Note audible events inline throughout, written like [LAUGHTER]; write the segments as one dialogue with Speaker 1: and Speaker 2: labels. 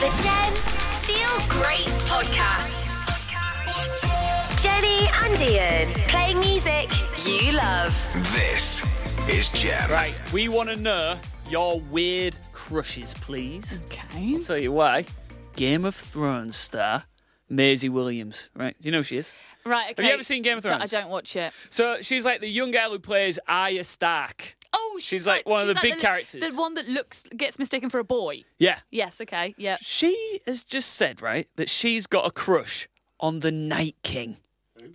Speaker 1: The Jen Feel Great Podcast. Jenny and Ian playing music you love.
Speaker 2: This is Jam.
Speaker 3: Right, we want to know your weird crushes, please.
Speaker 4: Okay.
Speaker 3: I'll tell you why. Game of Thrones star Maisie Williams. Right, do you know who she is?
Speaker 4: Right. Okay.
Speaker 3: you ever seen Game of
Speaker 4: D-
Speaker 3: Thrones?
Speaker 4: I don't watch it.
Speaker 3: So she's like the young girl who plays Arya Stark.
Speaker 4: Oh,
Speaker 3: She's like one of
Speaker 4: she's
Speaker 3: the big characters.
Speaker 4: The one that looks gets mistaken for a boy.
Speaker 3: Yeah.
Speaker 4: Yes. Okay. Yeah.
Speaker 3: She has just said, right, that she's got a crush on the Night King.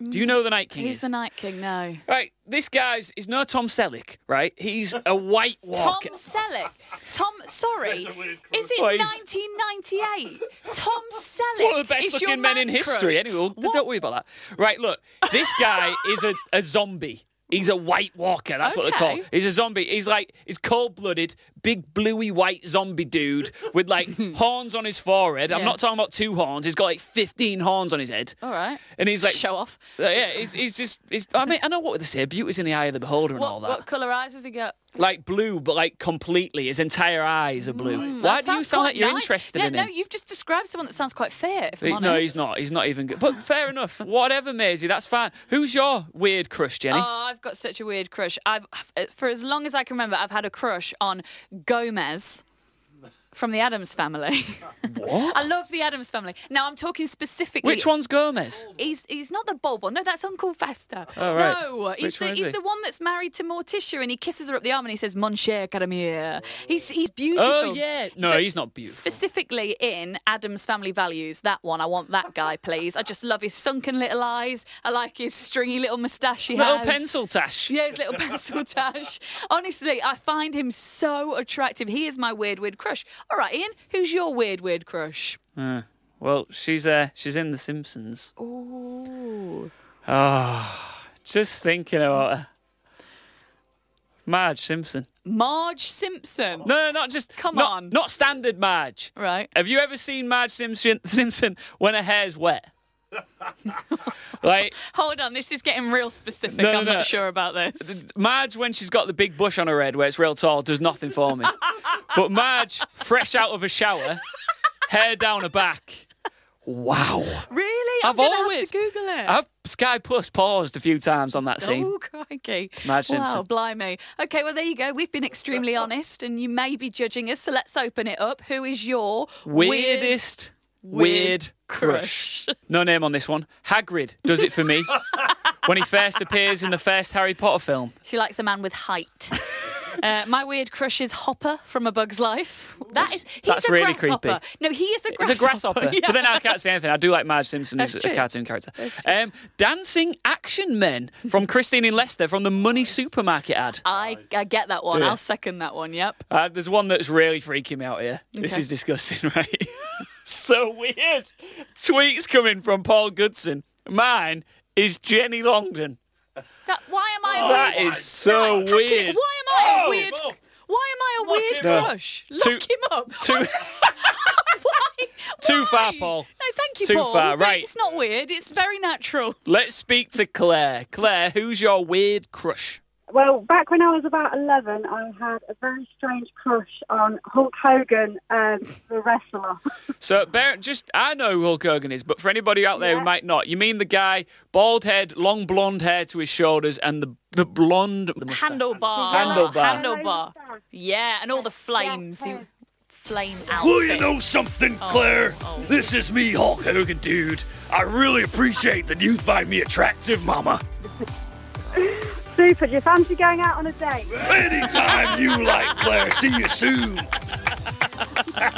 Speaker 3: Do you know who the Night King
Speaker 4: Who's
Speaker 3: is?
Speaker 4: Mm. the Night King? No.
Speaker 3: right, this guy's is no Tom Selleck, right? He's a white
Speaker 4: [LAUGHS] Tom
Speaker 3: walker.
Speaker 4: Selleck. Tom, sorry. Is it
Speaker 3: Well, he's-
Speaker 4: 1998? Tom Selleck.
Speaker 3: One of the best
Speaker 4: is your
Speaker 3: looking men in
Speaker 4: man crush.
Speaker 3: history. Anyway, we'll-
Speaker 4: What?
Speaker 3: don't worry about that. Right, look, this guy is a, a zombie. He's a white walker. That's what they call.
Speaker 4: Okay.
Speaker 3: He's a zombie. He's like he's cold-blooded, big bluey white zombie dude with
Speaker 4: [LAUGHS]
Speaker 3: like horns on his forehead. I'm
Speaker 4: Yeah.
Speaker 3: not talking about two horns. He's got like 15 horns on his head.
Speaker 4: All right.
Speaker 3: And he's like uh,
Speaker 4: Show off.
Speaker 3: Yeah, he's, he's just. He's, I mean, I know what they say. Beauty's in the eye of the beholder and all
Speaker 4: What,
Speaker 3: that.
Speaker 4: what colour eyes has he got?
Speaker 3: Like blue, but like completely. His entire eyes are blue. Why
Speaker 4: That
Speaker 3: do you sound
Speaker 4: sounds Hmm, quite
Speaker 3: like you're
Speaker 4: nice.
Speaker 3: interested
Speaker 4: yeah,
Speaker 3: in
Speaker 4: no,
Speaker 3: him?
Speaker 4: you've just described someone that sounds quite fair, if I'm
Speaker 3: He-
Speaker 4: honest.
Speaker 3: No, he's not. He's not even good. But fair enough. Whatever, Maisie. That's fine. Who's your weird crush, Jenny?
Speaker 4: Oh, I've got such a weird crush. I've for as long as I can remember, I've had a crush on Gomez from the Adams Family. [LAUGHS]
Speaker 3: what?
Speaker 4: I love the Adams Family. Now I'm talking specifically.
Speaker 3: Which one's Gomez?
Speaker 4: He's he's not the bald one. No, that's Uncle Fester.
Speaker 3: Oh, right.
Speaker 4: No, he's
Speaker 3: Which
Speaker 4: the
Speaker 3: one is
Speaker 4: he's
Speaker 3: he?
Speaker 4: the one that's married to Morticia, and he kisses her up the arm, and he says, "Mon cher Caramir." He's he's beautiful.
Speaker 3: Oh yeah. No,
Speaker 4: But-
Speaker 3: he's not beautiful.
Speaker 4: Specifically in Adam's Family Values, that one. I want that guy, please. I just love his sunken little eyes. I like his stringy little moustache he
Speaker 3: Little
Speaker 4: has.
Speaker 3: pencil tash.
Speaker 4: Yeah, his little [LAUGHS] pencil dash. Honestly, I find him so attractive. He is my weird, weird crush. All right, Ian, who's your weird, weird crush?
Speaker 3: Well, she's uh, she's in The Simpsons. Ah,
Speaker 4: Ooh.
Speaker 3: Just thinking about her. Marge Simpson.
Speaker 4: Marge Simpson.
Speaker 3: No, no, not just.
Speaker 4: Come
Speaker 3: not-
Speaker 4: on.
Speaker 3: Not standard Marge.
Speaker 4: Right.
Speaker 3: Have you ever seen Marge Simpson, Simpson when her hair's
Speaker 4: [LAUGHS]
Speaker 3: wet? like
Speaker 4: Hold on, this is getting real specific.
Speaker 3: No, no,
Speaker 4: I'm
Speaker 3: no.
Speaker 4: not sure about this.
Speaker 3: Marge, when she's got the big bush on her head where it's real tall, does nothing for me. but Marge, fresh out of a shower, hair down her back. Wow.
Speaker 4: Really? I'm
Speaker 3: I've
Speaker 4: gonna
Speaker 3: always-
Speaker 4: have to Google it.
Speaker 3: I've Sky Plus paused a few times on that scene.
Speaker 4: Oh, crikey.
Speaker 3: Marge
Speaker 4: Wow,
Speaker 3: Simpson.
Speaker 4: blimey. Okay, well, there you go. We've been extremely honest, and you may be judging us, so let's open it up. Who is your weirdest?
Speaker 3: Weirdest weird,
Speaker 4: weird
Speaker 3: crush. no name on this one. Hagrid does it for
Speaker 4: [LAUGHS]
Speaker 3: me. when he first appears in the first Harry Potter film.
Speaker 4: She likes a man
Speaker 3: [LAUGHS]
Speaker 4: with height. Uh, my weird crush is Hopper from A Bug's Life. That is, he's
Speaker 3: that's
Speaker 4: a
Speaker 3: really
Speaker 4: grasshopper.
Speaker 3: creepy.
Speaker 4: No, he is a
Speaker 3: It's
Speaker 4: grasshopper.
Speaker 3: a grasshopper.
Speaker 4: [LAUGHS] Yeah.
Speaker 3: But then I can't say anything. I do like Marge Simpson as
Speaker 4: That's
Speaker 3: a
Speaker 4: true.
Speaker 3: cartoon character. Um, dancing Action Men from Christine in Leicester from the Money Supermarket ad.
Speaker 4: I, I get that one.
Speaker 3: Do you?
Speaker 4: I'll second that one. Yep.
Speaker 3: Uh, there's one that's really freaking me out here. This
Speaker 4: Okay.
Speaker 3: is disgusting, [LAUGHS] right? so weird. Tweets coming from Paul Goodson. Mine is Jenny Longdon.
Speaker 4: That, why am I? a
Speaker 3: That
Speaker 4: weird...
Speaker 3: is so
Speaker 4: That's it.
Speaker 3: weird.
Speaker 4: Why am I a
Speaker 3: Oh!
Speaker 4: weird? Why am I a weird
Speaker 3: him up.
Speaker 4: crush? Lock
Speaker 3: Too-
Speaker 4: him up. [LAUGHS]
Speaker 3: Too,
Speaker 4: Why?
Speaker 3: [LAUGHS] too far,
Speaker 4: Why?
Speaker 3: Paul.
Speaker 4: No, thank you,
Speaker 3: Too
Speaker 4: Paul.
Speaker 3: far,
Speaker 4: But
Speaker 3: right.
Speaker 4: It's not weird. It's very natural.
Speaker 3: [LAUGHS] Let's speak to Claire. Claire, who's your weird crush?
Speaker 5: Well, back when I was about 11, I had a very strange crush on Hulk Hogan, um, the wrestler. [LAUGHS]
Speaker 3: So, bear, just I know who Hulk Hogan is, but for anybody out there who
Speaker 5: Yeah.
Speaker 3: might not, you mean the guy, bald head, long blonde hair to his shoulders, and the the blonde the mustache.
Speaker 4: Handlebar.
Speaker 3: Handlebar.
Speaker 4: Handlebar. Yeah, and all the flames.
Speaker 5: Yeah.
Speaker 4: He- Flame out.
Speaker 6: Well, you know something, Claire? This is me, Hulk Hogan, dude. I really appreciate that you find me attractive, Mama.
Speaker 5: Super, do you fancy going out on a date?
Speaker 6: Anytime you like, Claire. See you soon.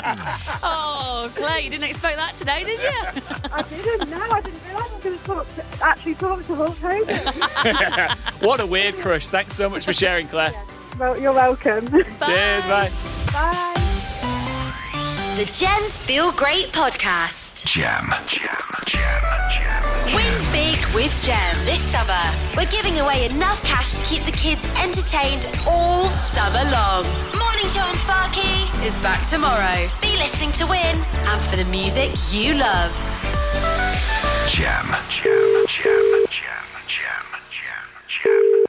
Speaker 4: Oh, Clay, you didn't expect that today, did you?
Speaker 5: I didn't know. I didn't realise I was going to talk to, actually talk to Hulk Hogan.
Speaker 3: What a weird crush! Thanks so much for sharing, Claire.
Speaker 5: well, you're welcome.
Speaker 3: Cheers, bye.
Speaker 5: Bye.
Speaker 1: The Jen Feel Great Podcast.
Speaker 2: Jam. Jam. Jam. Jam.
Speaker 1: Win big with Jen this summer. We're giving away enough cash to keep the kids entertained all summer long. Morning Joe and Sparky is back tomorrow. Be listening to Win and for the music you love.
Speaker 2: Jam. Jam. Jam. Jam. Jam. Jam. Jam.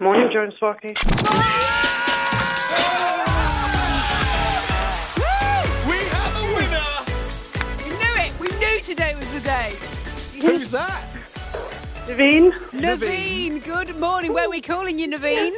Speaker 7: Morning, Joan Sparky. We have a winner.
Speaker 8: We knew it. We knew today was the day.
Speaker 7: Who's that?
Speaker 5: Naveen?
Speaker 8: Naveen, good morning. Where are we calling you,
Speaker 7: [LAUGHS]
Speaker 8: Naveen?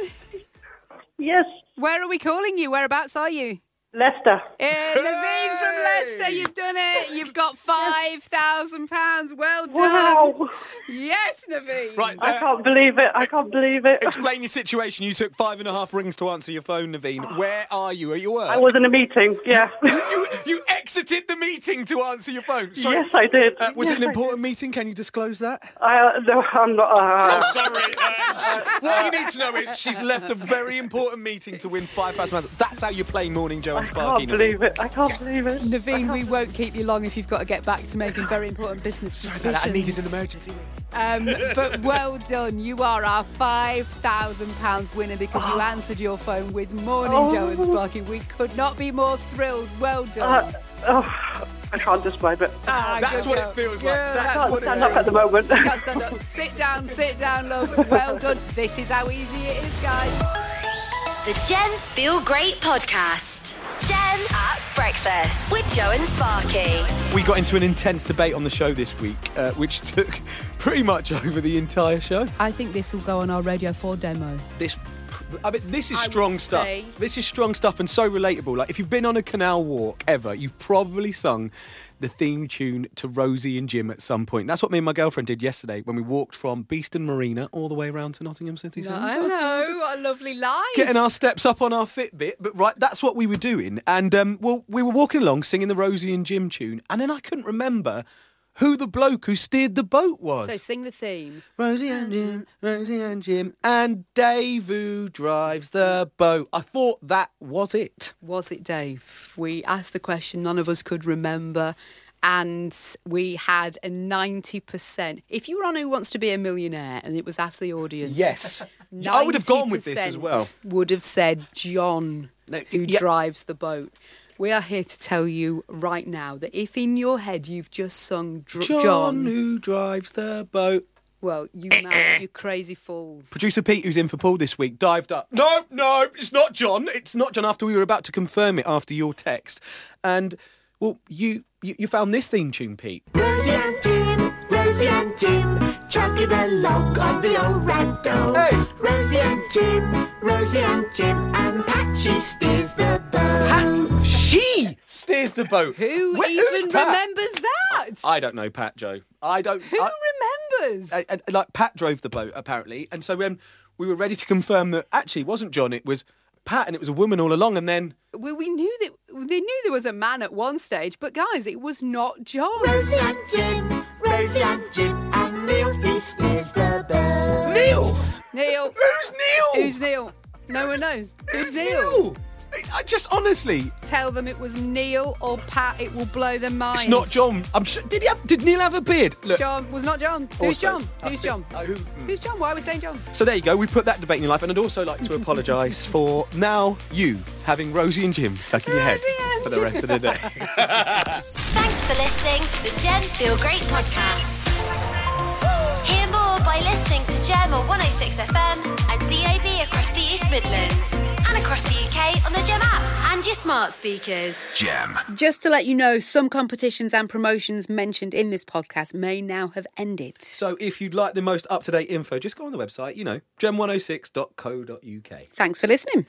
Speaker 5: Yes.
Speaker 8: Where are we calling you? Whereabouts are you?
Speaker 5: Leicester.
Speaker 8: Eh, Naveen from Leicester, you've done it. You've got five thousand pounds. Well done.
Speaker 5: Wow.
Speaker 8: Yes, Naveen.
Speaker 7: Right
Speaker 5: I
Speaker 7: there.
Speaker 5: can't believe it. I can't believe it.
Speaker 7: Explain your situation. You took five and a half rings to answer your phone, Naveen. Where are you? Are you work?
Speaker 5: I was in a meeting. Yeah.
Speaker 7: You, you exited the meeting to answer your phone. [LAUGHS] Sorry.
Speaker 5: yes, I did.
Speaker 7: Uh, was
Speaker 5: yes,
Speaker 7: it an important meeting? Can you disclose that?
Speaker 5: I, uh, no, I'm not. Uh,
Speaker 6: Sorry. Uh,
Speaker 7: What you need to know is she's left a very important meeting to win five thousand pounds. That's how you play Morning Joe and
Speaker 5: I can't
Speaker 7: Sparky.
Speaker 5: believe it. I can't believe it.
Speaker 8: Naveen, we won't keep you long if you've got to get back to making very important business
Speaker 7: Sorry
Speaker 8: decisions.
Speaker 7: about that. I needed an emergency. [LAUGHS]
Speaker 8: Um, but well done. You are our £5,000 winner because you
Speaker 7: Ah.
Speaker 8: answered your phone with Morning
Speaker 7: Oh.
Speaker 8: Joe and Sparky. We could not be more thrilled. Well
Speaker 7: Uh,
Speaker 8: done.
Speaker 5: Uh, Oh, I can't describe it.
Speaker 8: Ah,
Speaker 7: That's
Speaker 8: good
Speaker 7: what
Speaker 8: girl.
Speaker 7: it feels like.
Speaker 8: Good.
Speaker 7: That's
Speaker 5: can't
Speaker 7: what it
Speaker 5: stand up at
Speaker 7: feels
Speaker 5: the moment.
Speaker 8: Can't stand up. Sit down, sit down, love. Well done. This is how easy it is, guys.
Speaker 1: The Gem Feel Great Podcast. Gem at Breakfast with Joe and Sparky.
Speaker 7: We got into an intense debate on the show this week, uh, which [LAUGHS] took pretty much over the entire show.
Speaker 8: I think this will go on our Radio 4 demo.
Speaker 7: This, I mean, this is
Speaker 8: I would
Speaker 7: strong stuff.
Speaker 8: say-
Speaker 7: This is strong stuff and so relatable. Like if you've been on a canal walk ever, you've probably sung the theme tune to Rosie and Jim at some point. That's what me and my girlfriend did yesterday when we walked from Beeston Marina all the way around to Nottingham City
Speaker 8: I
Speaker 7: Centre.
Speaker 8: know. What a lovely life.
Speaker 7: getting our steps up on our Fitbit, but right, that's what we were doing. And um, well, we were walking along singing the Rosie and Jim tune, and then I couldn't remember who the bloke who steered the boat was.
Speaker 8: so sing the theme.
Speaker 7: Rosie and Jim, Rosie and Jim, and Dave who drives the boat. I thought that was it.
Speaker 8: Was it Dave? We asked the question, none of us could remember, and we had a 90%. If you were on Who Wants to Be a Millionaire and it was asked the audience, [LAUGHS]
Speaker 7: Yes. I would have gone with this as
Speaker 8: 90%
Speaker 7: well.
Speaker 8: Would have said John,
Speaker 7: No,
Speaker 8: who
Speaker 7: yeah.
Speaker 8: drives the boat. We are here to tell you right now that if in your head you've just sung Dr- John,
Speaker 7: who drives the boat.
Speaker 8: well, you mad, you crazy fools.
Speaker 7: Producer Pete, who's in for Paul this week, dived up. No, no, it's not John. It's not John. After we were about to confirm it after your text, and well, you you, you found this theme tune, Pete.
Speaker 9: Rosie and Jim, Rosie and Jim, chugging along on the old ragdoll.
Speaker 7: Hey.
Speaker 9: Rosie and Jim, Rosie and Jim, and Patchy steers the boat.
Speaker 7: Pat, she steers the boat.
Speaker 8: Who
Speaker 7: Wh- who's
Speaker 8: even
Speaker 7: Pat?
Speaker 8: remembers that?
Speaker 7: I don't know, Pat Joe. I don't.
Speaker 8: who
Speaker 7: I-
Speaker 8: remembers?
Speaker 7: I- and, like Pat drove the boat apparently, and so when we were ready to confirm that actually it wasn't John, it was Pat, and it was a woman all along, and then
Speaker 8: Well, we knew that they knew there was a man at one stage, but guys, it was not John.
Speaker 9: Rosie and Jim, Rosie and Jim, and Neil he steers the boat.
Speaker 7: Neil.
Speaker 8: Neil.
Speaker 7: Who's Neil?
Speaker 8: Who's Neil? No one knows. Who's
Speaker 7: Who's
Speaker 8: Neil?
Speaker 7: Neil? I just honestly,
Speaker 8: Tell them it was Neil or Pat. It will blow their minds.
Speaker 7: It's not John. I'm sure. Did he have? Did Neil have a beard? Look.
Speaker 8: John was not John. Who's
Speaker 7: also,
Speaker 8: John?
Speaker 7: I
Speaker 8: Who's John?
Speaker 7: think- I- who- hmm.
Speaker 8: Who's John? Why are we saying John?
Speaker 7: So there you go. We put that debate in your life, and I'd also like
Speaker 8: [LAUGHS]
Speaker 7: to apologise for now you having Rosie and Jim stuck in your head
Speaker 8: Rosie and
Speaker 7: for the rest of the day.
Speaker 1: Thanks for listening to the Gem Feel Great podcast. Hear more by listening to Gem on 106 FM and DAB across the East Midlands and across the UK on the Gem app and your smart speakers.
Speaker 2: Jam.
Speaker 8: Just to let you know, some competitions and promotions mentioned in this podcast may now have ended.
Speaker 7: so if you'd oh like the most up to date info, just go on the website. You know, gem106.co.uk.
Speaker 8: Thanks for listening.